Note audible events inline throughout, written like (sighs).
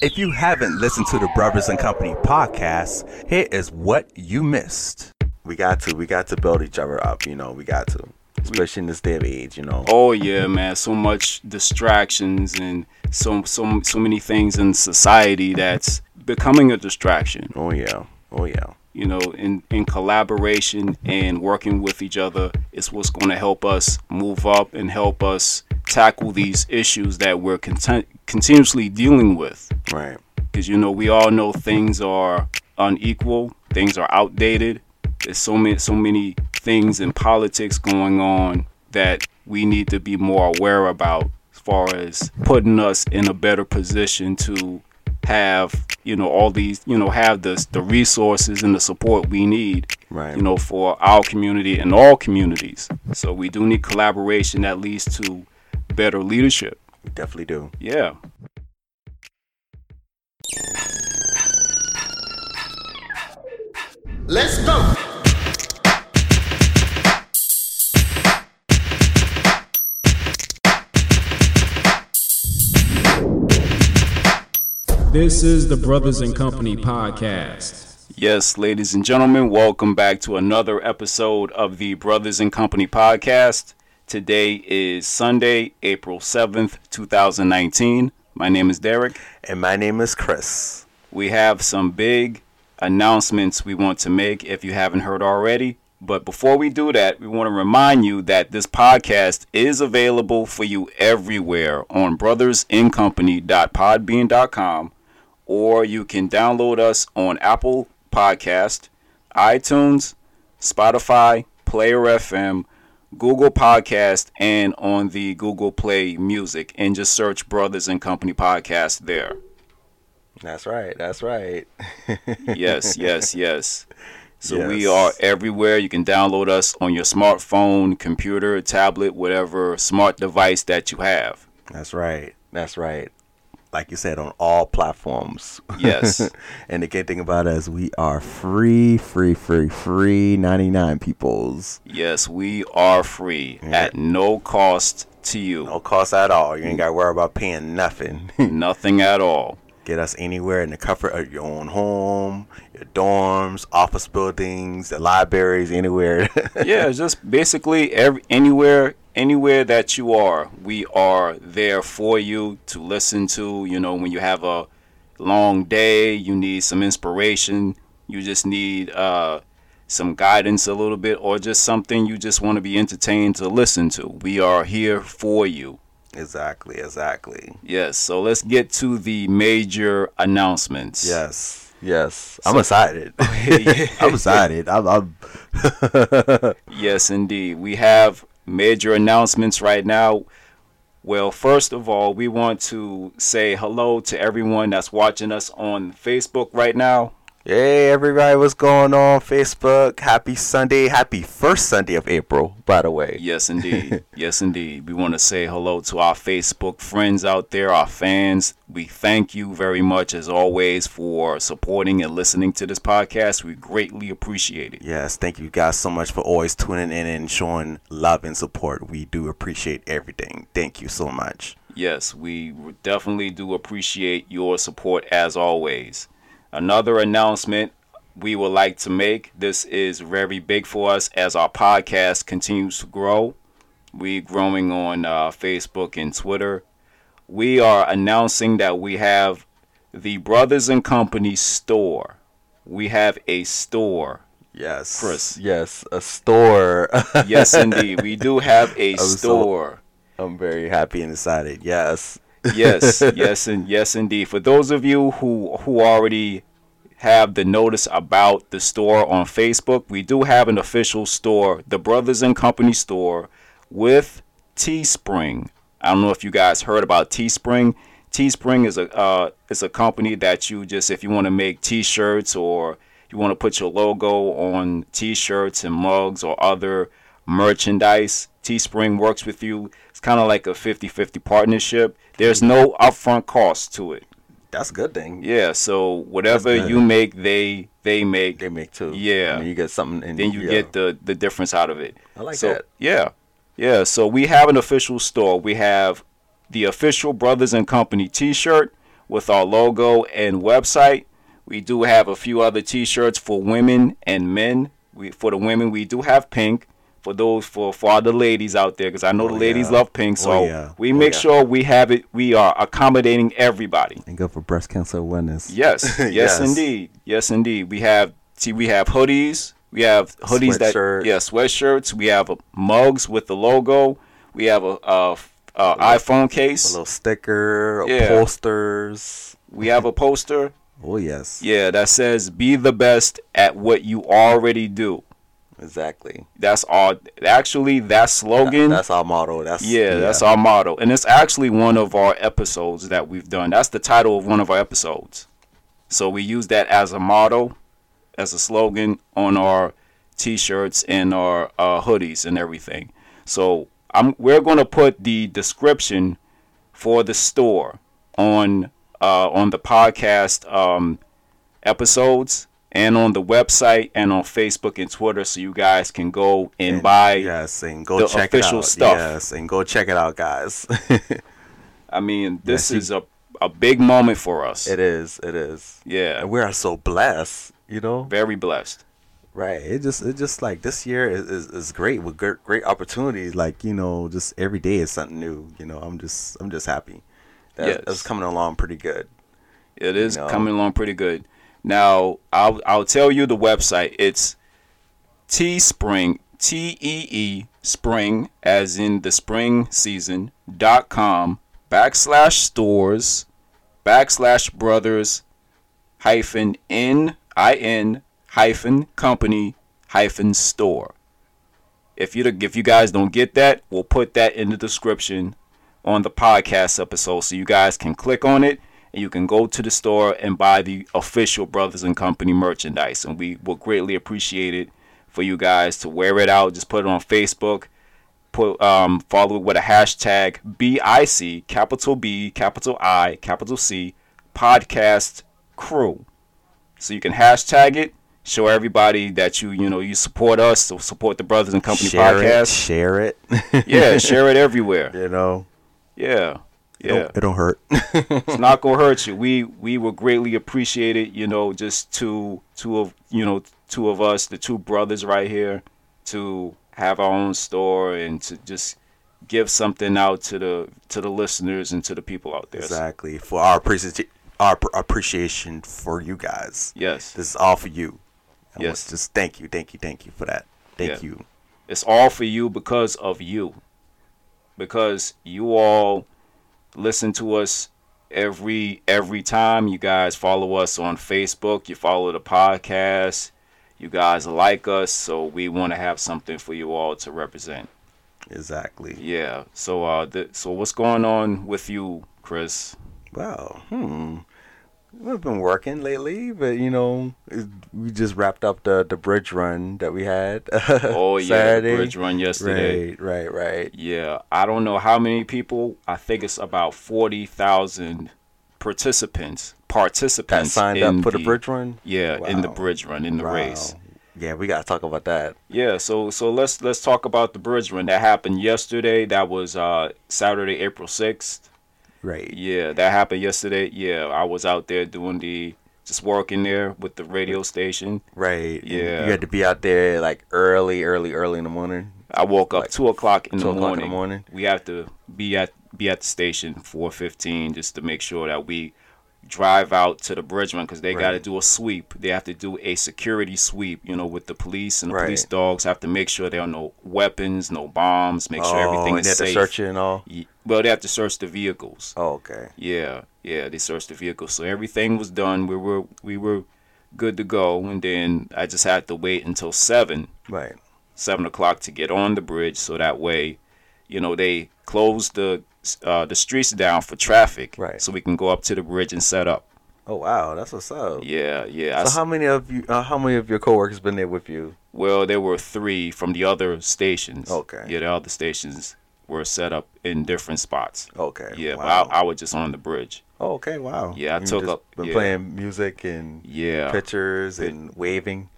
If you haven't listened to the Brothers and Company podcast, here is what you missed. We got to, we got to build each other up. You know, we got to, especially in this day of age. You know, Oh yeah, man. So much distractions and so so so many things in society that's becoming a distraction. oh yeah, oh yeah. You know, in in collaboration and working with each other is what's going to help us move up and help us tackle these issues that we're content- continuously dealing with. Right. Because you know, we all know things are unequal, things are outdated. There's so many so many things in politics going on that we need to be more aware about as far as putting us in a better position to have, you know, all these, you know, have the the resources and the support we need Right. you know, for our community and all communities. So we do need collaboration that leads to better leadership. we definitely do. Yeah. Let's go. This is the Brothers and Company podcast. Yes, ladies and gentlemen, welcome back to another episode of the Brothers and Company podcast. Today is Sunday, April 7th, 2019. My name is Derek. And my name is Chris. We have some big announcements we want to make if you haven't heard already. But before we do that, we want to remind you that this podcast is available for you everywhere on brothersincompany.podbean.com, or you can download us on Apple Podcast, iTunes, Spotify, Player FM, Google Podcast, and on the Google Play Music, and just search Brothers and Company Podcast there That's right. That's right. yes, yes, yes. So we Yes. are everywhere. You can download us on your smartphone, computer, tablet, whatever smart device that you have. That's right. That's right. Like you said, on all platforms. Yes. (laughs) and the good thing about us, we are free, free, free, free 99 peoples. yes, we are free at no cost to you. No cost at all. You ain't got to worry about paying nothing. Nothing at all. Get us anywhere in the comfort of your own home, your dorms, office buildings, the libraries, anywhere. (laughs) yeah, it's just basically every anywhere anywhere that you are, we are there for you to listen to. You know, when you have a long day, you need some inspiration, you just need uh, some guidance a little bit, or just something you just want to be entertained to listen to. We are here for you. exactly. Exactly. Yes, so let's get to the major announcements. Yes. Yes. I'm (laughs) excited. I'm excited. I'm, I'm Yes, indeed. We have major announcements right now. Well, first of all, we want to say hello to everyone that's watching us on Facebook right now. Hey everybody, what's going on? Facebook. Happy Sunday. Happy first Sunday of April, by the way. Yes, indeed. yes, indeed. We want to say hello to our Facebook friends out there, our fans. We thank you very much, as always, for supporting and listening to this podcast. We greatly appreciate it. Yes, thank you guys so much for always tuning in and showing love and support. We do appreciate everything. Thank you so much. Yes, we definitely do appreciate your support as always. Another announcement we would like to make this is very big for us as our podcast continues to grow. We're growing on uh, Facebook and Twitter. We are announcing that we have the Brothers and Company store. We have a store. Yes. Chris. Yes, a store. (laughs) Yes, indeed. We do have a so- store. I'm very happy and excited. Yes. yes, yes, and yes, indeed. For those of you who who already have the notice about the store on Facebook, we do have an official store, the Brothers and Company store, with Teespring. I don't know if you guys heard about Teespring. Teespring is a uh, is a company that you just if you want to make T-shirts or you want to put your logo on T-shirts and mugs or other merchandise. Teespring works with you. It's kind of like a 50-50 partnership. There's no upfront cost to it. That's a good thing. Yeah, so whatever you make, they they make. They make too. Yeah. And you get something and then you get the the difference out of it. I like so, that. Yeah, yeah. So we have an official store. We have the official Brothers and Company T-shirt. with our logo and website. We do have a few other t-shirts for women and men. We, for the women, we do have pink. For those for for all the ladies out there, because I know the ladies Oh, yeah. love pink, so Oh, yeah. we Oh, make yeah. sure we have it. We are accommodating everybody. And go for breast cancer awareness. Yes, yes, Yes. indeed, yes, indeed. We have see, we have hoodies. We have hoodies Sweatshirt. that yeah, sweatshirts. We have uh, mugs with the logo. We have a, a, a iPhone A case. little sticker, Yeah. posters. We have a poster. Oh yes, Yeah, that says be the best at what you already do. exactly. That's our actually that slogan. That's our motto. That's yeah, that's our motto. And it's actually one of our episodes that we've done. That's the title of one of our episodes. So we use that as a motto, as a slogan on our t-shirts and our uh, hoodies and everything. So I'm we're going to put the description for the store on uh, on the podcast um, episodes and on the website and on Facebook and Twitter, so you guys can go and, buy. Yes, and go the check it official out. stuff. Yes, and go check it out, guys. (laughs) I mean, this is a a big moment for us. it is. It is. Yeah, And we're we are so blessed. You know. very blessed. Right. It just it just like this year is, is, is great with great, great opportunities. Like you know, just every day is something new. You know, I'm just I'm just happy. That's, Yes. that's coming along pretty good. It is No. coming along pretty good. Now, I'll I'll tell you the website. It's Teespring, T E E Spring, as in the spring season. dot com backslash stores backslash brothers hyphen n i n hyphen company hyphen store. If you if you guys don't get that, we'll put that in the description on the podcast episode, so you guys can click on it and you can go to the store and buy the official Brothers and Company merchandise. And we will greatly appreciate it for you guys to wear it out. Just put it on Facebook. Put um, follow it with a hashtag BIC capital B capital I capital C podcast crew so you can hashtag it show everybody that you you know you support us so support the brothers and company share it. podcast Share it. (laughs) yeah share it everywhere you know. yeah It yeah don't- it don't hurt. (laughs) it's not gonna hurt you we we will greatly appreciate it you know just two two of you know two of us the two brothers right here to have our own store and to just give something out to the to the listeners and to the people out there So- Exactly. For our appreciation, our pr- appreciation for you guys. yes This is all for you. I Yes. yes. Just thank you, thank you, thank you for that. Thank Yeah. you. It's all for you because of you. Because you all listen to us every every time. You guys follow us on Facebook, you follow the podcast, you guys like us, so we want to have something for you all to represent. Exactly. Yeah. So uh th- so what's going on with you, Chris? Uh, Wow. Hmm. We've been working lately, but you know, it- we just wrapped up the the bridge run that we had. (laughs) Oh yeah, the Saturday. bridge run yesterday. Right, right, right. Yeah, I don't know how many people. I think it's about forty thousand participants. That Participants signed in up for the, bridge run. Yeah, in the Wow. bridge run, in the Wow. race. Yeah, we gotta talk about that. Yeah, so so let's let's talk about the bridge run that happened yesterday. That was uh, Saturday, April sixth. Right. Yeah, that happened yesterday. Yeah, I was out there doing the just working there with the radio station. Right. And Yeah. You had to be out there like early, early, early in the morning. I woke up two o'clock in 2 the o'clock in the morning. morning. We have to be at be at the station four fifteen just to make sure that we drive out to the bridge run because they got to Right. do a sweep. They have to do a security sweep, you know, with the police and the police Right. dogs have to make sure there are no weapons, no bombs, make sure everything Oh, and is they had to safe. search it and all. Ye- Well, they have to search the vehicles. Oh, okay. Yeah, yeah, they searched the vehicle. So everything was done. We were we were good to go, and then I just had to wait until seven Right. seven o'clock to get on the bridge, so that way, you know, they close the uh, the streets down for traffic, Right. So we can go up to the bridge and set up. Oh wow, that's what's up. Yeah, yeah. I So s- how many of you? Uh, how many of your coworkers been there with you? well, there were three from the other stations. Okay. Yeah, the other stations were set up in different spots. Okay. Yeah, Wow. but I, I was just on the bridge. oh, okay. Wow. Yeah, I You took just up- Been yeah. playing music and Yeah. pictures and waving.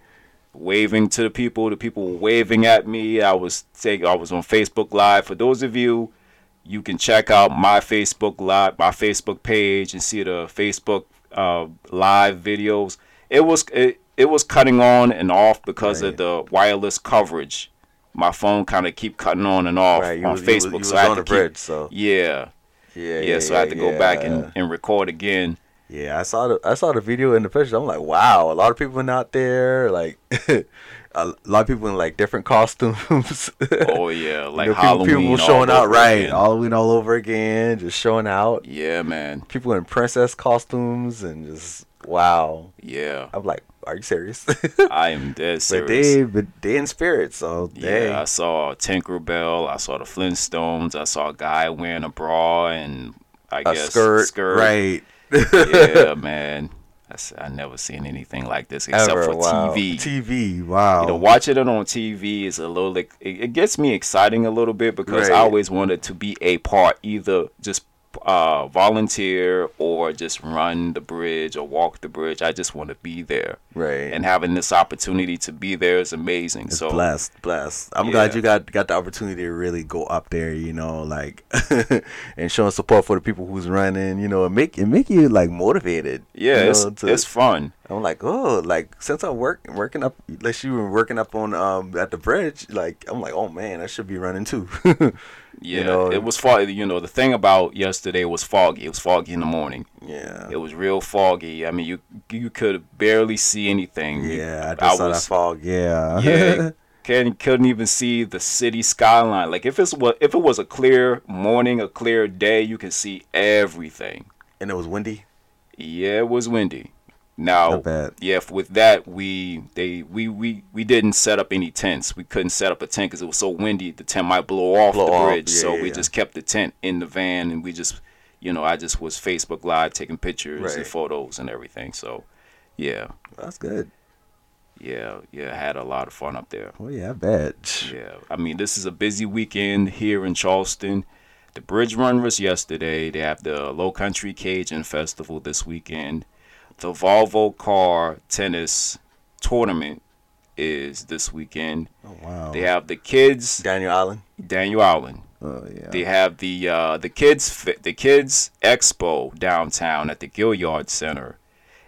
waving to the people. The people were waving at me. I was take I was on Facebook Live. For those of you you can check out my Facebook live, my Facebook page, and see the Facebook uh, live videos. It was it, it was cutting on and off because of Right. the wireless coverage. My phone kind of keep cutting on and off Right, you on was- you was- Facebook, you so was I had on to the keep- bridge, so- yeah, Yeah, yeah, So I had to go back yeah. and, and (laughs) record again. Yeah, I saw the I saw the video and the pictures. I'm like, wow, a lot of people went out there, like (laughs) a lot of people in like different (laughs) costumes. (laughs) Oh yeah, like You know, people, Halloween. people all showing out, over right? again. Halloween all over again, just showing out. Yeah, man. People in princess costumes and just wow. Yeah, I'm like, are you serious? (laughs) I am dead but serious. they, but they in spirit, so they. Yeah, I saw Tinkerbell. I saw the Flintstones. I saw a guy wearing a bra and I a guess skirt, right? (laughs) yeah, man. I s- I never seen anything like this except Ever, for wow. TV. TV, wow. You know, watching it on TV is a little like it, it gets me exciting a little bit because I Right. always wanted to be a part, either just uh, volunteer or just run the bridge or walk the bridge. I just want to be there, Right. And having this opportunity to be there is amazing. so blessed, blessed. I'm glad Yeah. you got got the opportunity to really go up there, you know, like (laughs) and showing support for the people who's running, you know, and make it make you like motivated. yeah, you it's, know, to- it's fun. I'm like, oh, like since I work working up, like you were working up on um at the bridge, like I'm like, oh man, I should be running too. (laughs) Yeah, know? it was foggy. You know, the thing about yesterday was foggy. It was foggy in the morning. yeah, It was real foggy. I mean, you you could barely see anything. You- yeah, I just saw that fog. Yeah, (laughs) (laughs) yeah, can couldn't even see the city skyline. Like if it's wa- if it was a clear morning, a clear day, you can see everything. and it was windy. Yeah, it was windy. Now, Not bad. yeah, f- with that we they we we we didn't set up any tents. We couldn't set up a tent because it was so windy. The tent might blow off Blow the off, bridge, yeah, so yeah, we yeah. just kept the tent in the van, and we just, you know, I just was Facebook Live taking pictures and Right. photos and everything. So, yeah, That's good. yeah, yeah, I had a lot of fun up there. Oh yeah, I bet. Yeah, I mean, this is a busy weekend here in Charleston. The Bridge Run was yesterday. They have the Low Country Cajun Festival this weekend. The Volvo Car Tennis Tournament is this weekend. Oh wow. They have the kids Daniel Island. Daniel Island. Oh yeah. They have the uh, the kids fi- the kids expo downtown at the Gilliard Center,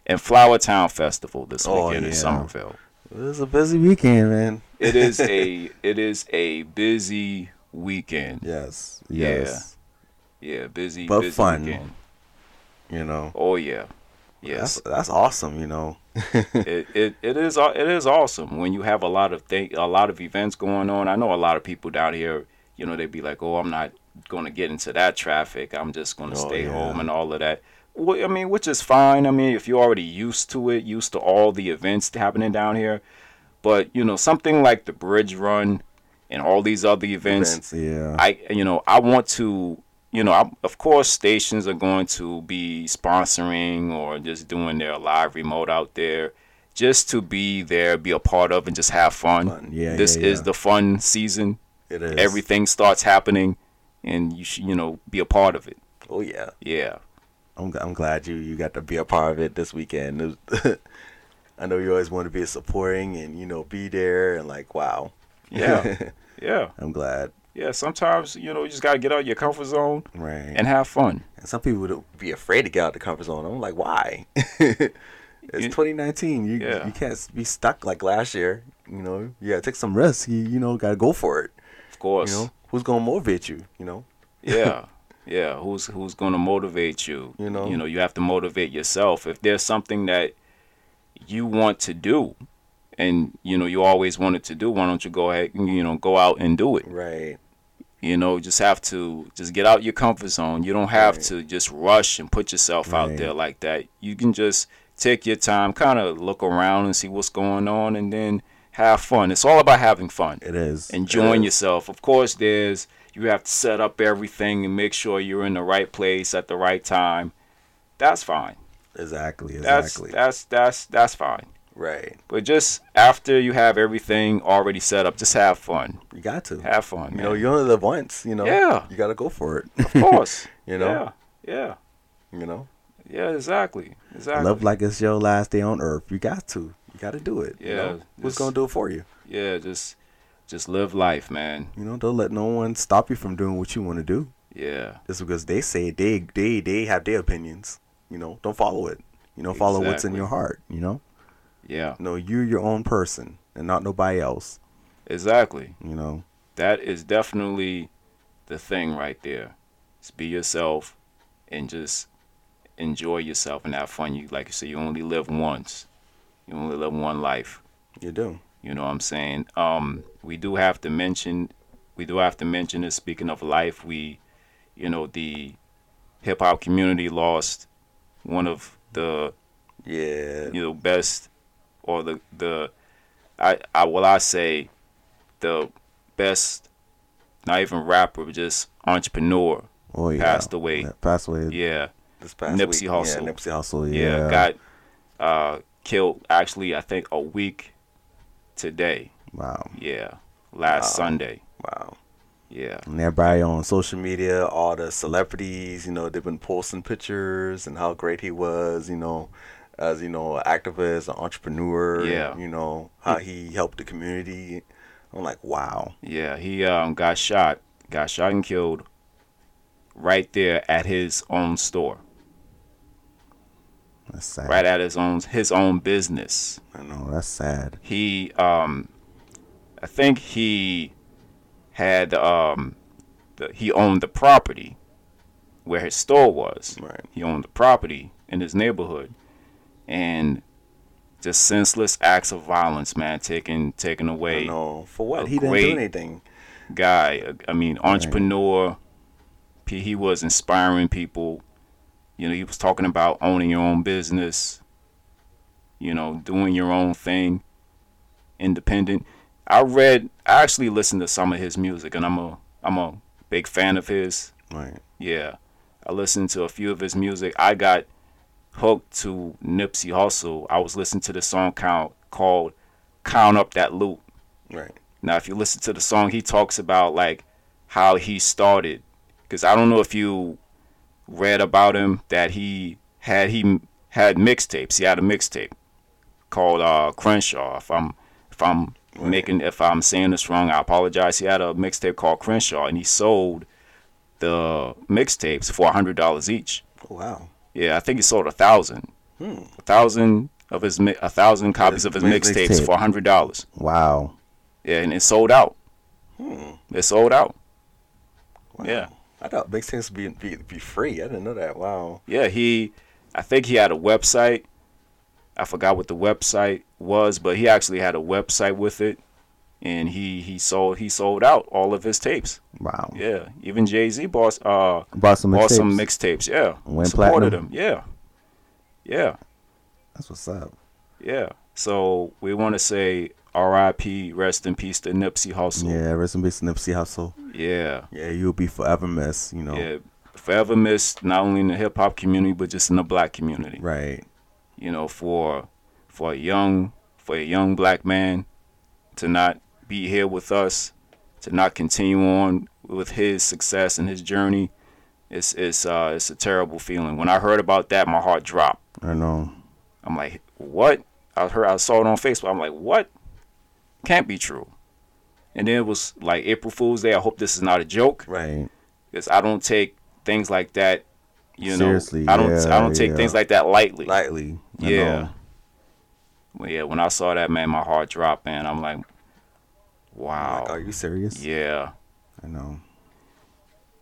and Flower Town Festival this Oh, weekend in yeah. Somerville it was a busy weekend, man. it (laughs) is a it is a busy weekend. Yes. Yeah. Yes. Yeah, busy, But busy fun. weekend. you know Oh yeah, that's yes. that's awesome you know it, it it is aw- it is awesome when you have a lot of thing a lot of events going on. I know a lot of people down here, you know, they'd be like, "Oh, I'm not going to get into that traffic. I'm just going to Oh, stay yeah. home and all of that." Well, I mean, which is fine. I mean, if you're already used to it, used to all the events happening down here, but you know, something like the Bridge Run and all these other events, yeah I you know I want to you know I, of course stations are going to be sponsoring or just doing their live remote out there just to be there be a part of and just have fun. Fun, yeah, this yeah, is yeah. the fun season. it is Everything starts happening and you should you know be a part of it. oh yeah Yeah. I'm, g- I'm glad you you got to be a part of it this weekend It was- (laughs) i know you always want to be supporting and you know be there and like wow Yeah. yeah. (laughs) i'm glad Yeah, sometimes you know you just got to get out of your comfort zone right and have fun. And some people would be afraid to get out the comfort zone i'm like why (laughs) it's 2019 you Yeah. you can't be stuck like last year you know you gotta take some risks you, you know gotta go for it Of course. you know who's gonna motivate you you know yeah (laughs) yeah who's who's going to motivate you You know? you know you have to motivate yourself if there's something that you want to do and you know you always wanted to do why don't you go ahead and, you know go out and do it right you know just have to just get out your comfort zone you don't have Right. to just rush and put yourself out Right. there like that you can just take your time kind of look around and see what's going on and then have fun it's all about having fun it is It enjoying is. yourself. Of course, there's you have to set up everything and make sure you're in the right place at the right time. That's fine. exactly That's exactly that's that's that's fine. right But just after you have everything already set up, just have fun. You got to. Have fun. you man. know, you only live once. You know. Yeah. You got to go for it. of course. you (laughs) know? Yeah. Yeah. you know. Yeah. Exactly. Exactly. Love like it's your last day on earth. You got to. You got to do it. You Yeah, know? Who's just- gonna do it for you? yeah. Just just live life, man. You know. Don't let no one stop you from doing what you want to do. Yeah. It's because they say they they they have their opinions. You know, don't follow it. You know, follow what's in Exactly. your heart. You know, Yeah. no, you're your own person and not nobody else. Exactly. You know, that is definitely the thing right there. Just be yourself and just enjoy yourself and have fun. You like you said, you only live once. You only live one life. you do. You know what I'm saying? Um, we do have to mention we do have to mention this speaking of life, we you know, the hip hop community lost one of the Yeah, you know best or the the I I will I say the best not even rapper but just entrepreneur oh, yeah. passed away. Yeah, passed away. yeah This past Nipsey week. Hussle. Yeah, Nipsey Hussle. yeah, Yeah, got uh killed actually I think a week today wow, yeah last Sunday wow. yeah And everybody on social media, all the celebrities, you know, they've been posting pictures and how great he was, you know, as you know, an activist, an entrepreneur, Yeah. you know, how he helped the community. I'm like, wow, yeah he um got shot got shot and killed right there at his own store that's sad. right at his own his own business I know that's sad. he um i think he had um the, he owned the property where his store was Right. he owned the property in his neighborhood and just senseless acts of violence man taking taking I away know for what a he didn't do great- anything. guy I- i mean entrepreneur he he was inspiring people you know he was talking about owning your own business you know doing your own thing independent i read i actually listened to some of his music and i'm a i'm a big fan of his Right. yeah i listened to a few of his music i got hooked to nipsey Hussle. i was listening to the song count called count up that loot Right. now, if you listen to the song, he talks about like how he started. Because I don't know if you read about him that he had he had mixtapes. He had a mixtape called uh, Crenshaw. If I'm if I'm making if I'm saying this wrong, I apologize. He had a mixtape called Crenshaw, and he sold the mixtapes for hundred dollars each. Wow. Yeah, I think he sold a thousand. A thousand of his mi- a thousand copies of his Hmm. Mix- mixtapes mixtape. for hundred dollars. Wow. Yeah, and it sold out. It sold out. wow. Yeah. I thought big things be, be be free. I didn't know that. Wow. Yeah, he I think he had a website. I forgot what the website was, but he actually had a website with it and he he sold he sold out all of his tapes. Wow. Yeah, even Jay-Z bought uh Bought some bought some mixtapes. mixtapes, yeah. Went supported platinum. him. Yeah. Yeah. That's what's up. Yeah. So we want to say RIP, rest in peace to Nipsey Hussle. Yeah. Rest in peace, Nipsey Hussle. yeah. Yeah, you'll be forever missed. You know. yeah, forever missed not only in the hip hop community but just in the black community. Right. You know, for for a young for a young black man to not be here with us, to not continue on with his success and his journey, it's it's uh it's a terrible feeling. When I heard about that, my heart dropped. I know. I'm like, what? I heard, I saw it on Facebook. I'm like, what? Can't be true. And then it was like April Fool's Day. I hope this is not a joke Right. because I don't take things like that. You know, Seriously, I don't. yeah, I don't take yeah. things like that lightly. Lightly. I yeah. know. Well, yeah. When I saw that man, my heart dropped, man. I'm like, wow. Like, are you serious? yeah. I know.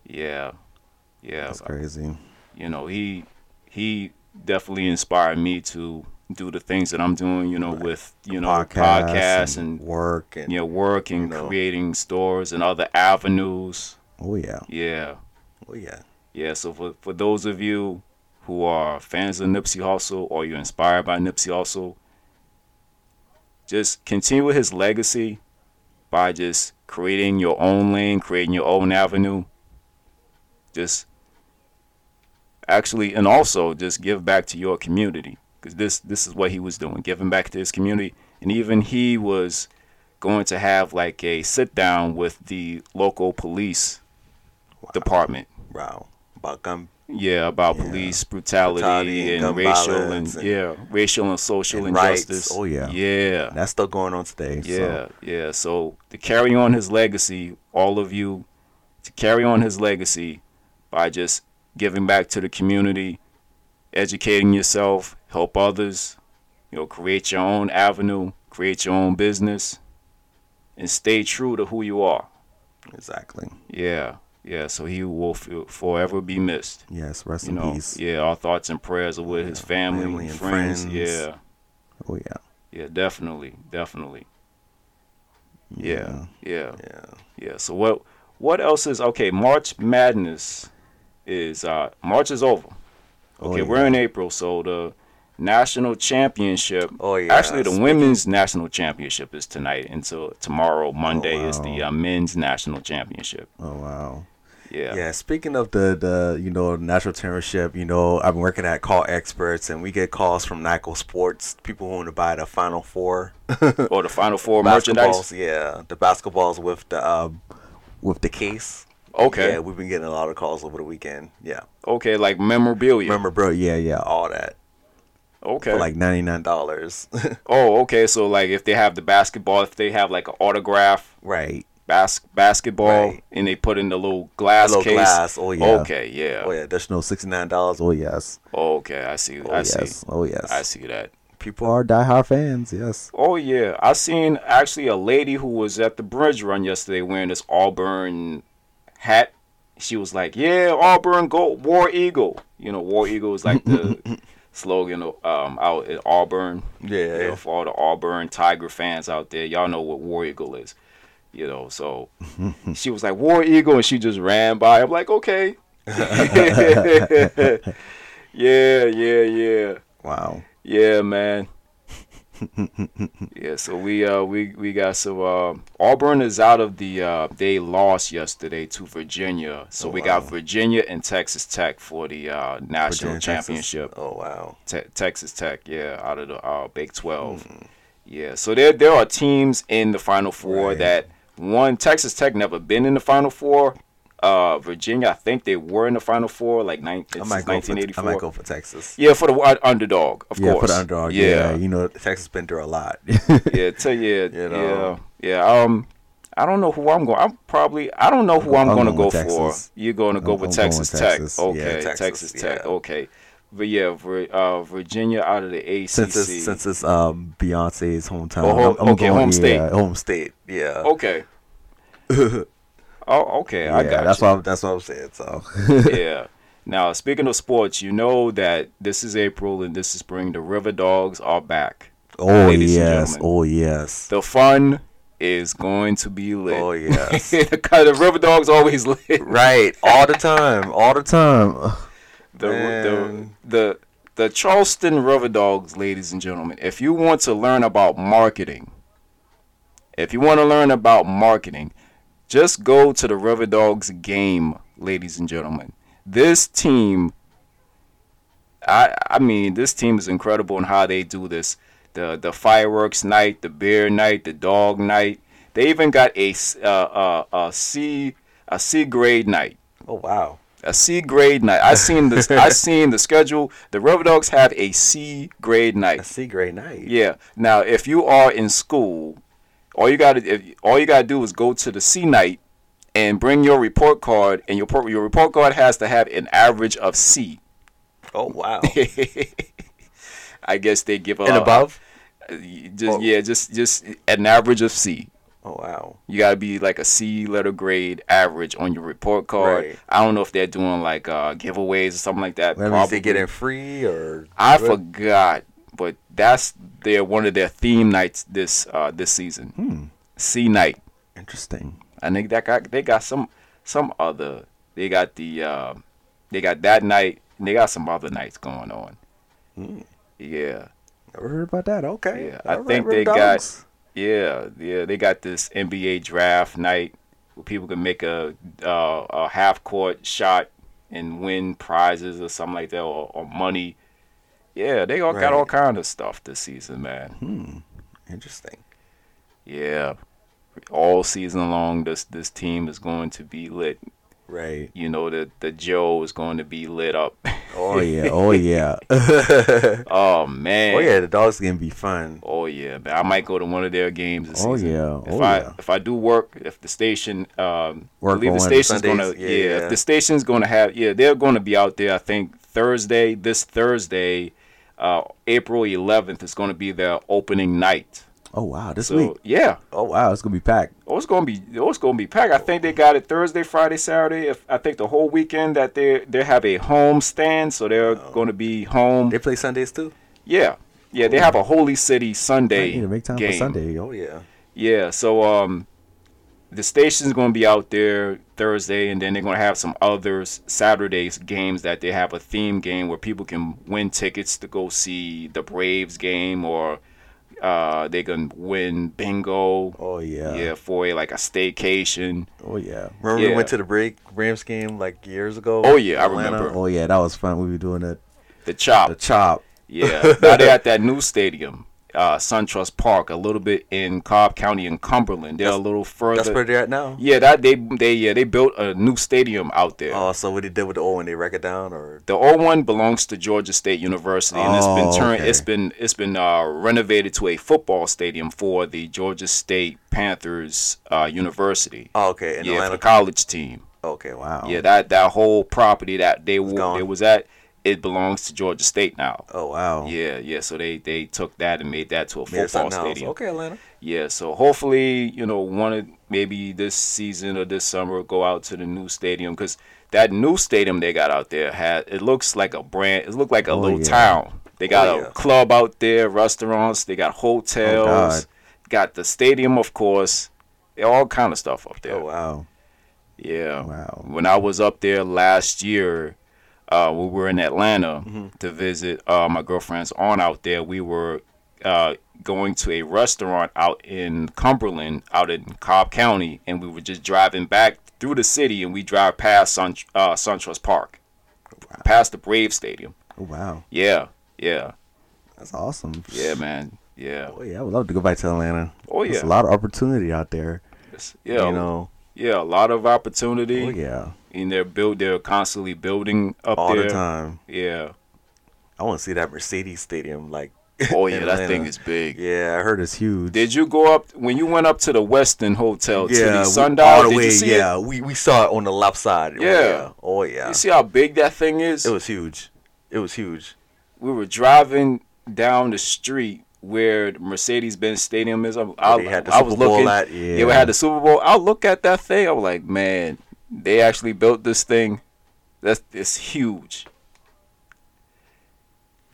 Yeah. Yeah. That's crazy. You know, he he definitely inspired me to do the things that I'm doing. You know, with you know podcasts, and, work and you know work and know. creating stores and other avenues. oh yeah, Yeah. oh yeah. Yeah, so for, for those of you who are fans of Nipsey Hussle or you're inspired by Nipsey Hussle, just continue with his legacy by just creating your own lane, creating your own avenue. Just actually, and also just give back to your community because this this is what he was doing, giving back to his community, and even he was going to have like a sit down with the local police department. Wow, about gun Yeah, about police brutality, Brutality and and, gun racial and, violence and- yeah, racial and social and rights. injustice. Oh, yeah. yeah, that's still going on today. so- yeah, yeah. So to carry on his legacy, all of you, to carry on his legacy, by just giving back to the community, educating yourself, help others, you know, create your own avenue, create your own business, and stay true to who you are. Exactly. Yeah, yeah. So he will f- forever be missed. Yes. Rest You in know, peace. yeah. Our thoughts and prayers are with his family, family and and friends. friends. Yeah, Oh yeah. yeah. Definitely, definitely. Yeah, yeah, Yeah. Yeah. yeah. So what? What else is okay? March Madness is uh March is over. Oh, Okay, yeah. we're in April, so the national championship. Oh, yeah. Actually, the Speaking- women's national championship is tonight, and so tomorrow, Monday, is the Oh, wow. uh, men's national championship. Oh wow. Yeah. Yeah, speaking of the the you know national championship, you know I've been working at Call Experts, and we get calls from Nyko Sports, people who want to buy the Final Four Or the Final Four merchandise. basketballs. Yeah, the basketballs with the um, with the case. Okay. Yeah, we've been getting a lot of calls over the weekend. Yeah, Okay, like memorabilia. remember, bro? Yeah, yeah, all that okay. for like ninety nine dollars. (laughs) oh, okay. So like, if they have the basketball, if they have like an autograph right. bas- basketball, Right. and they put in the little glass Little case. glass. Oh yeah. Okay. Yeah. Oh yeah. Additional sixty nine dollars. Oh yes. Okay. I see. Oh I yes. see. Oh yes. I see that. People are diehard fans. Yes. Oh yeah, I seen actually a lady who was at the bridge run yesterday wearing this Auburn hat. She was like, "Yeah, Auburn go War Eagle." You know, War Eagle is like (laughs) the slogan um, out at Auburn. Yeah. You know, for all the Auburn Tiger fans out there, y'all know what War Eagle is. You (laughs) know, so she was like War Eagle, and she just ran by. I'm like, okay. (laughs) yeah, yeah, yeah. Wow. Yeah, man. yeah, so we uh we we got some uh Auburn is out of the uh they lost yesterday to Virginia. So Oh, we wow. got Virginia and Texas Tech for the uh Virginia, national Texas. championship. Oh wow. Te- Texas Tech, yeah, out of the uh Big 12. Yeah, so there there are teams in the final four Right. that one Texas Tech never been in the final four. Uh Virginia, I think they were in the final four like nine, I since might, go for, 1984. I might go for Texas. Yeah, for the uh, underdog, of yeah, course. for the underdog. Yeah. you know Texas been through a (laughs) lot. (laughs) yeah, tell you, (laughs) You know. yeah, yeah. Um, I don't know who I'm going. I'm probably. I don't know who I'm, I'm going to going go with for. Texas. You're going to go I'm- with I'm going Texas with Tech. Texas. Yeah, Okay, Texas, Texas, Tech. yeah. Okay, but yeah, Vir- uh, Virginia out of the ACC. since it's since it's um Beyonce's hometown. Oh, home- okay, home state. yeah, home state. Yeah. (laughs) okay. oh, okay. yeah, I got that's you. what I'm, that's what I'm saying. So (laughs) (laughs) yeah. Now speaking of sports, you know that this is April and this is spring. The River Dogs are back. oh Ladies and yes, gentlemen. oh yes, The fun is going to be lit. oh yes. (laughs) the River Dogs always (laughs) lit. right, all the time, all the time. (sighs) the, the Man. the the Charleston River Dogs, ladies and gentlemen. If you want to learn about marketing, if you want to learn about marketing, just go to the River Dogs game, ladies and gentlemen. This team, I I mean, this team is incredible in how they do this. The the fireworks night, the beer night, the dog night. They even got a s- uh, uh, a C a C grade night Oh wow. a C grade night. I seen this. (laughs) I seen the schedule. The River Dogs have a C grade A night. C grade night. Yeah. Now, if you are in school, all you got to all you got to do is go to the C night and bring your report card, and your report, your report card has to have an average of C. (laughs) Oh wow. I guess they give a and above. Just yeah, just just an average of C. Oh wow. You gotta be like a C letter grade average on your report card. Right. I don't know if they're doing like uh, giveaways or something like that. That means Probably. they getting free or I forgot, but that's their one of their theme nights this uh, this season. C night. interesting. I think that got they got some some other. They got the uh, they got that night. And they got some other nights going on. Yeah. Never heard about that. Okay. Yeah, I All right, think River they Dogs. got yeah, yeah. They got this NBA draft night where people can make a uh, a half court shot and win prizes or something like that or, or money. Yeah, they all Right. got all kind of stuff this season, man. interesting. Yeah, all season long, this this team is going to be lit. Right. you know the the Joe is going to be lit up. (laughs) (laughs) Oh yeah. Oh (laughs) yeah. oh oh man. yeah. The dog's gonna be fun. Oh yeah, man. I might go to one of their games. This Oh, season. yeah. If Oh, I yeah. if I do work, if the station, um, Work I believe on the station's Sundays. gonna, Yeah, yeah, yeah. if the station's gonna have, yeah, they're gonna be out there. I think Thursday, this Thursday, uh, April 11th is gonna be their opening night. Oh wow. This So week. yeah, Oh wow. It's gonna be packed. oh, it's gonna be, oh, it's gonna be packed. I think they got it Thursday, Friday, Saturday. If I think the whole weekend that they they have a home stand, so they're gonna be home. Oh. They play Sundays too. Yeah, yeah, they have a Holy City Sunday You need to make time game. for Sunday. Oh yeah. Yeah, so um, the station's going to be out there Thursday, and then they're going to have some other s- Saturdays games that they have a theme game where people can win tickets to go see the Braves game, or uh, they can win bingo. Oh yeah. yeah, for a, like a staycation. Oh yeah. Remember we Yeah. went to the break Rams game like years ago. Oh, yeah, I Atlanta? remember. Oh yeah, that was fun. We were doing the The chop. the chop. (laughs) Yeah, now they're at that new stadium, uh, SunTrust Park, a little bit in Cobb County in Cumberland. They're a little further. That's where they're at now. yeah, that they they yeah they built a new stadium out there. Oh, so what they did with the old one, they wreck it down or The old one belongs to Georgia State University, and it's Oh, been turned. okay. It's been it's been uh, renovated to a football stadium for the Georgia State Panthers uh, University. Oh, okay, in yeah, for Atlanta. the college team. okay, wow. Yeah, that that whole property that they gone. were, it was at it belongs to Georgia State now. Oh wow. Yeah, yeah. So they they took that and made that to a Made it football something else. stadium. Okay, Atlanta. Yeah, so hopefully, you know, one of maybe this season or this summer go out to the new stadium because that new stadium they got out there had it looks like a brand. It looked like a little Oh, yeah. town. They got Oh, a yeah. Oh, club out there, restaurants. They got God. hotels. got the stadium, of course. All kind of stuff up there. Oh wow. Yeah. Wow. When I was up there last year, uh, we were in Atlanta Mm-hmm. to visit uh, my girlfriend's aunt out there. We were uh, going to a restaurant out in Cumberland, out in Cobb County, and we were just driving back through the city, and we drive past Sun uh, SunTrust Park, past the Brave Stadium. Oh wow. Yeah, yeah, That's awesome. yeah, man, yeah, Oh yeah, I would love to go back to Atlanta. Oh, There's yeah. a lot of opportunity out there. It's- yeah, You know. yeah. A lot of opportunity, Oh yeah. and they're build, they're constantly building up All there. the time. Yeah. I want to see that Mercedes Stadium. Like, (laughs) Oh in yeah, that thing Atlanta. is big. yeah, I heard it's huge. Did you go up when you went up to the Weston Hotel to yeah, the we- sundial? all the did way. you see yeah, it? we we saw it on the left side. Oh, Yeah. Oh yeah. You see how big that thing is? It was huge. It was huge. we were driving down the street where Mercedes Benz Stadium is. I, I, they had the I was Super Bowl looking. at- yeah. yeah. we had the Super Bowl. I look at that thing. I was like, man, they actually built this thing. That's it's huge.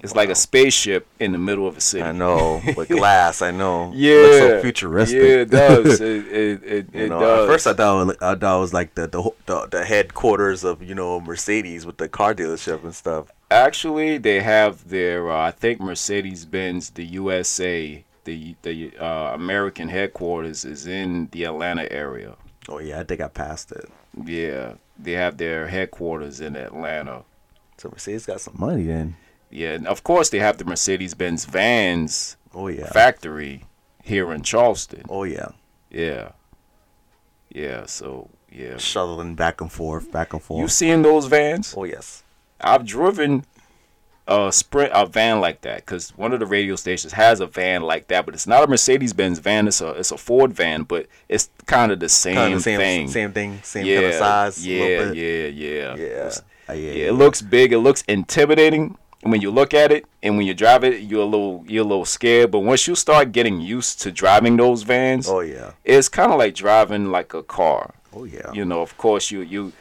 It's like a spaceship in the middle of a city. I know, with glass. I (laughs) know. Yeah, Looks so futuristic. Yeah, it does. it it, it, (laughs) You it know, does. at first I thought it looked- I thought it was like the the, ho- the the headquarters of you know Mercedes with the car dealership and stuff. Actually, they have their uh, I think Mercedes Benz the USA the the uh, American headquarters is in the Atlanta area. Oh yeah, I think I passed it. Yeah, they have their headquarters in Atlanta. So Mercedes got some money then. Yeah, and of course they have the Mercedes Benz Vans Oh yeah. factory here in Charleston. Oh yeah. Yeah, yeah. So yeah, Shuttling back and forth, back and you forth. seen those vans? oh yes. I've driven a sprint a van like that because one of the radio stations has a van like that, but it's not a Mercedes Benz van. It's a it's a Ford van, but it's kind of the same Kind of same thing. Same thing. Same yeah, kind of size. a Yeah, little bit. yeah, yeah, Yeah. It's- Uh, yeah, yeah, yeah. It looks big. It looks intimidating when you look at it, and when you drive it, you're a little you're a little scared. But once you start getting used to driving those vans, Oh yeah. it's kind of like driving like a car Oh yeah. you know of course you you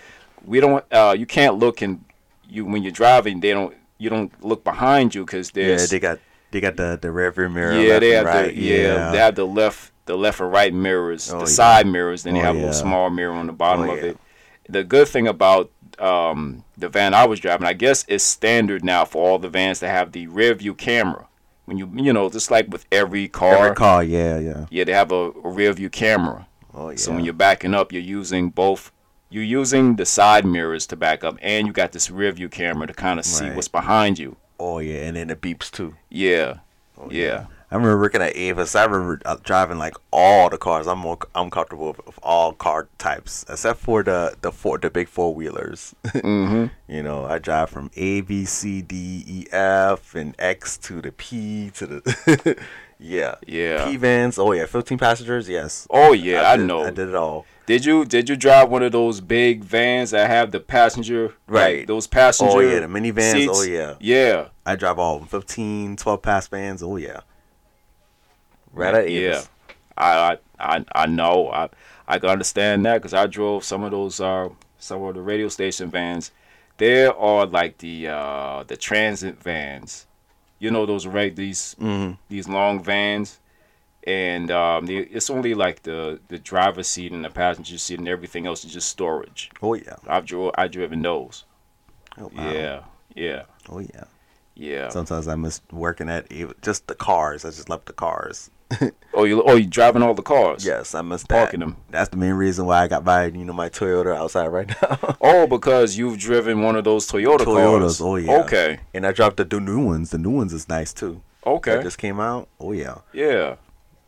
we don't uh you can't look and you when you're driving they don't you don't look behind you because yeah, there's they got they got the the rear view mirror. yeah left they and have right. the yeah, they have the left the left and right mirrors Oh, the yeah. side mirrors then they Oh, have a yeah. little small mirror on the bottom Oh, of yeah. it the good thing about um the van I was driving I guess it's standard now for all the vans to have the rear view camera when you you know just like with every car Every car, yeah, yeah. yeah they have a, a rear view camera Oh yeah. so when you're backing up, you're using both. You're using the side mirrors to back up, and you got this rear view camera to kind of see Right. what's behind you. oh yeah, and then it beeps too. Yeah, yeah. I remember working at Avis. I remember uh, driving like all the cars. I'm more I'm comfortable with, with all car types except for the the four the big four wheelers. Mm-hmm. (laughs) You know, I drive from A B C D E F and X to the P to the (laughs) yeah Yeah. P vans. Oh yeah, 15 passengers. Yes. Oh yeah, I, did- know. I did it all. Did you did you drive one of those big vans that have the passenger Right. like, those passenger Oh, yeah, the minivans. seats? Oh, yeah. yeah I drive all of them. 15, 12 pass vans. Oh yeah. Right at Avis. yeah I I I, I know I I can understand that because I drove some of those uh some of the radio station vans there are like the uh the transit vans you know those right these Mm-hmm. these long vans and um they, it's only like the the driver's seat and the passenger seat and everything else is just storage Oh yeah. I've drove I've driven those Oh, wow. yeah yeah Oh yeah. Yeah. Sometimes I miss working at Ava- just the cars. I just love the cars. oh, you oh you driving all the cars? Yes, I miss that. Parking them. That's the main reason why I got my you know my Toyota outside right (laughs) now. Oh, because you've driven one of those Toyota cars. Toyotas. Oh yeah. Okay. And I dropped the d- new ones. The new ones is nice too. Okay. That just came out. Oh yeah. yeah.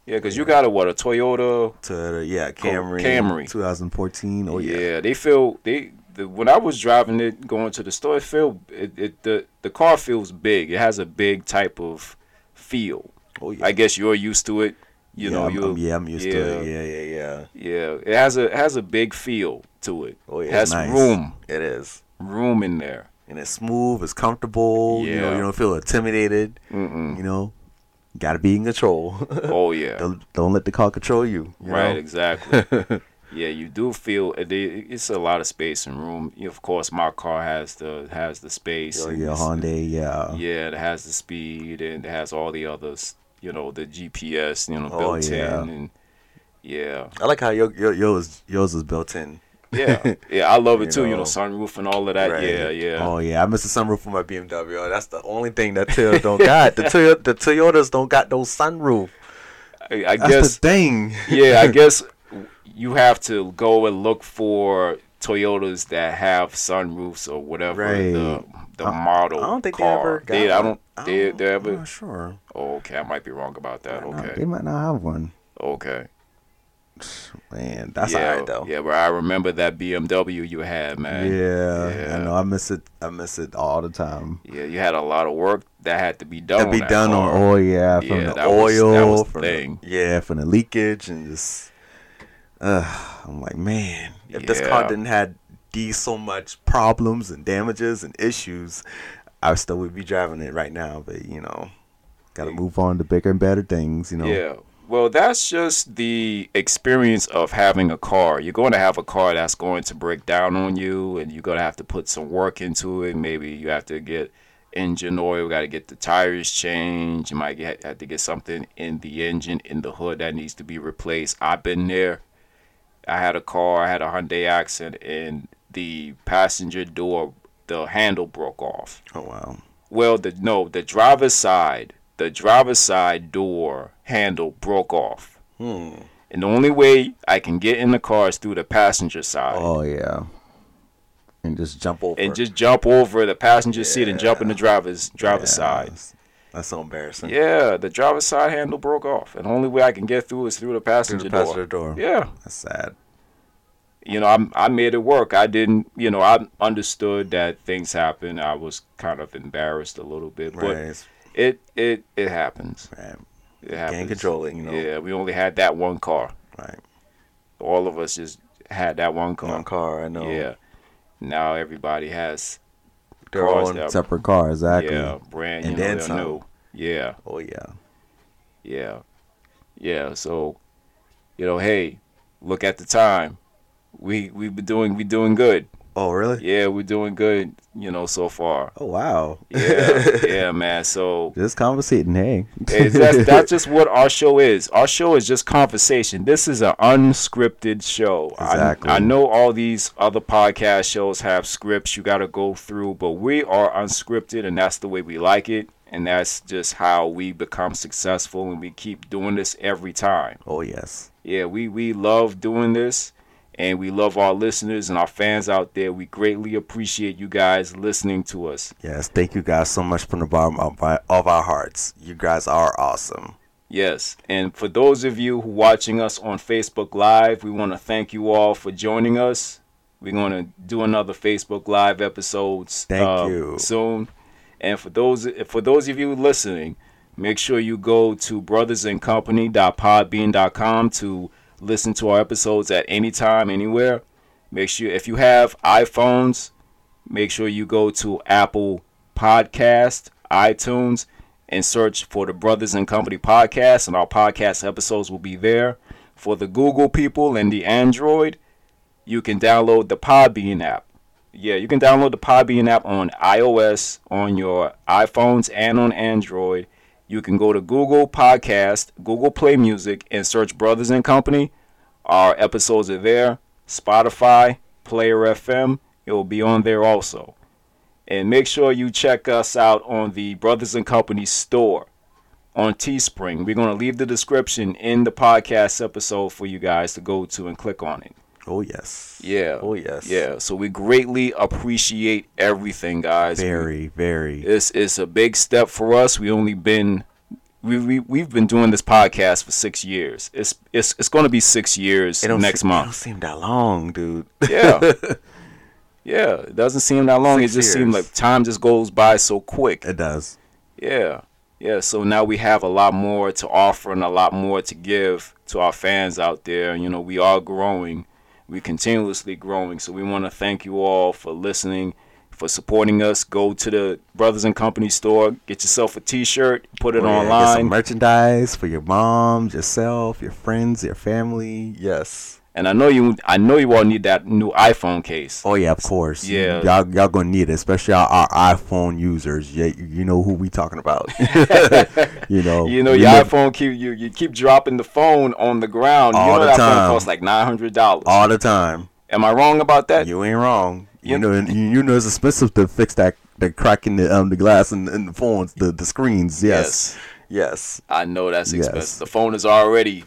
Yeah, because you got a what a Toyota. To the yeah Camry. Oh, Camry. 2014. Oh yeah. yeah. they feel they. The, when I was driving it, going to the store, it feel it, it the the car feels big. It has a big type of feel. Oh yeah. I guess you're used to it. You yeah, know, I'm, you I'm- yeah, I'm used to it. Yeah, yeah, yeah. Yeah, it has a it has a big feel to it. Oh yeah. it has nice. room, It is. room in there. (laughs) and it's smooth, it's comfortable. You know, Yeah. you don't feel intimidated. You know, gotta be in control. (laughs) Oh yeah, don't, don't let the car control you. you right, know? (laughs) exactly. yeah, you do feel it, it- it's a lot of space and room. Yeah, Of course, my car has the has the space. So and Oh, yeah, it's- Hyundai, yeah. yeah, it has the speed and it has all the others. You know, the GPS, you know, Oh, built yeah. in and (laughs) yeah, I like how your, your yours yours is built in. yeah, yeah. I love it You too. You know. know, sunroof and all of that. Right. Uh, Yeah, yeah. Oh yeah, I miss the sunroof on my BMW. Oh, that's the only thing that (laughs) Toyota don't got. The Toyota, the Toyotas don't got no sunroof. I, I That's guess. the thing. (laughs) yeah, I guess you have to go and look for Toyotas that have sunroofs or whatever the the model. I don't think car. they ever got. They- I one. Oh, don't. They, they I'm ever. not sure. Oh, okay, I might be wrong about that. No, Okay, they might not have one. okay. Man, that's yeah, alright though. yeah, but I remember that BMW you had, man. Yeah, Yeah. I know. I miss it. I miss it all the time. Yeah, you had a lot of work that had to be done. That'd on be Oh, that done car. on oil, yeah, from Yeah, the that was- that oil, was the from thing. The, yeah, from the leakage and just. Uh, I'm like, man, if this car Yeah. didn't had these so much problems and damages and issues, I still would be driving it right now. But you know, gotta move on to bigger and better things. You know, Yeah. Well, that's just the experience of having a car. You're going to have a car that's going to break down on you, and you're going to have to put some work into it. Maybe you have to get engine oil, got to get the tires changed. You might get, have to get something in the engine, in the hood that needs to be replaced. I've been there. I had a car, I had a Hyundai Accent, and the passenger door, the handle broke off. Oh wow. Well, the no, the driver's side, the driver's side door handle broke off. Hmm. And the only way I can get in the car is through the passenger side. Oh yeah. And just jump over. And just jump over the passenger seat and jump in the driver's driver's Yeah, side. that's- That's so embarrassing. Yeah, the driver's side handle broke off. And the only way I can get through is through Through the passenger, the passenger door. door. Yeah. That's sad. you know, I I made it work. I didn't, you know, I understood that things happen. I was kind of embarrassed a little bit, Right. but it it it happens. Right. It happens. control it, you know. Yeah, we only had that one car. Right. All of us just had that one car. One car. I know. Yeah. Now everybody has Their cars own that- separate car. Exactly. yeah brand And you know then they're some. new. Yeah, Oh yeah. yeah, yeah. So, you know, hey, look at the time. We we've been doing we doing good. Oh really? Yeah, we're doing good. You know, so far. Oh wow. Yeah, yeah, man. So (laughs) Just conversating, hey. Hey, that's, that's just what our show is. Our show is just conversation. This is an unscripted show. I- Exactly. I, know all these other podcast shows have scripts you got to go through, but we are unscripted, and that's the way we like it. And that's just how we become successful, and we keep doing this every time. (laughs) oh yes. Yeah, we, we love doing this, and we love our listeners and our fans out there. We greatly appreciate you guys listening to us. Yes. Thank you guys so much from the bottom of, my, of our hearts. You guys are awesome. Yes. And for those of you who watching us on Facebook Live, we want to thank you all for joining us. We're going to do another Facebook Live episodes Thank uh, you. soon. And for those for those of you listening, make sure you go to brothersandcompany.podbean.com to listen to our episodes at any time, anywhere. Make sure if you have iPhones, make sure you go to Apple Podcast, iTunes, and search for the Brothers and Company podcast, and our podcast episodes will be there. For the Google people and the Android, you can download the Podbean app. Yeah, you can download the Podbean app on iOS, on your iPhones, and on Android. You can go to Google Podcast, Google Play Music, and search Brothers and Company. Our episodes are there. Spotify, Player FM, it will be on there also. And make sure you check us out on the Brothers and Company store on Teespring. We're going to leave the description in the podcast episode for you guys to go to and click on it. Oh yes. Yeah. Oh yes. Yeah. So we greatly appreciate everything, guys. Very, very. It's it's a big step for us. We only been we, we we've been doing this podcast for six years. It's it's it's going to be six years It don't next seem, It (laughs) don't month. seem that long, dude. (laughs) Yeah. yeah. It doesn't seem that long. Six it just seems years. like time just goes by so quick. it does. Yeah. Yeah. So now we have a lot more to offer and a lot more to give to our fans out there. You know, we are growing. We continuously growing. So we want to thank you all for listening, for supporting us. Go to the Brothers and Company store, get yourself a t shirt, put it Oh, yeah, Get some online. merchandise for your mom, yourself, your friends, your family. Yes. and I know you I know you all need that new iPhone case. Oh yeah, of course. Yeah. Y'all, y'all gonna need it, especially our, our iPhone users. Yeah, you you know who we talking (laughs) about. (laughs) you know. You know, Oh, we your live iPhone keep you you keep dropping the phone on the ground. you All know the that time. phone costs like nine hundred dollars. all the time. Am I wrong about that? You ain't wrong. You Yeah. know, and you, you know it's expensive to fix that the crack in the um the glass and, and the phones, the, the screens. Yes. Yes. I know that's Yes. expensive. The phone is already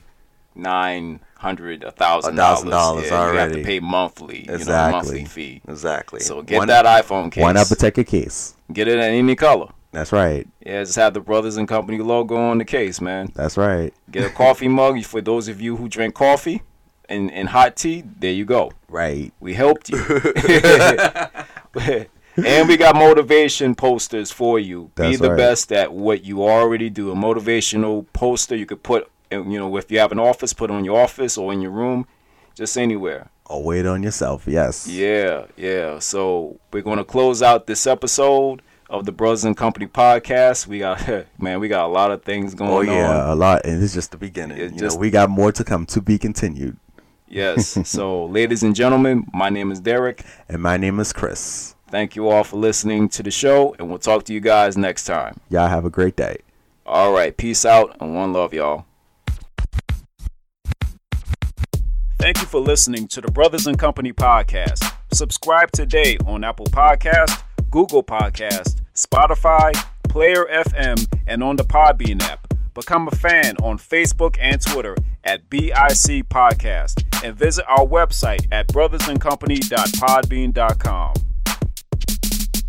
nine hundred, a thousand $1,000 dollars. Yeah, You have to already. pay monthly, you know, a monthly Exactly. fee. Exactly. So get One- that iPhone case. One Apotheca case. get it in any color. That's right. Yeah, just have the Brothers and Company logo on the case, man. That's right. Get a coffee (laughs) mug for those of you who drink coffee and, and hot tea. There you go. Right. We helped you. (laughs) and we got motivation posters for you. Be That's the right. best at what you already do. A motivational poster you could put, uh, you know, if you have an office, put it on your office or in your room, just anywhere. Or wait on yourself. Yes. Yeah, yeah. So we're going to close out this episode of the Brothers and Company podcast. We got, (laughs) man, we got a lot of things going Oh on. yeah, a lot, and it's just the beginning. It's you just- know, we got more to come. To be continued. (laughs) Yes. so, ladies and gentlemen, my name is Derek. And my name is Chris. Thank you all for listening to the show, and we'll talk to you guys next time. Y'all have a great day. All right. Peace out and one love, y'all. Thank you for listening to the Brothers and Company podcast. Subscribe today on Apple Podcast, Google Podcast, Spotify, Player FM, and on the Podbean app. Become a fan on Facebook and Twitter at BIC Podcast and visit our website at brothersandcompany.podbean.com.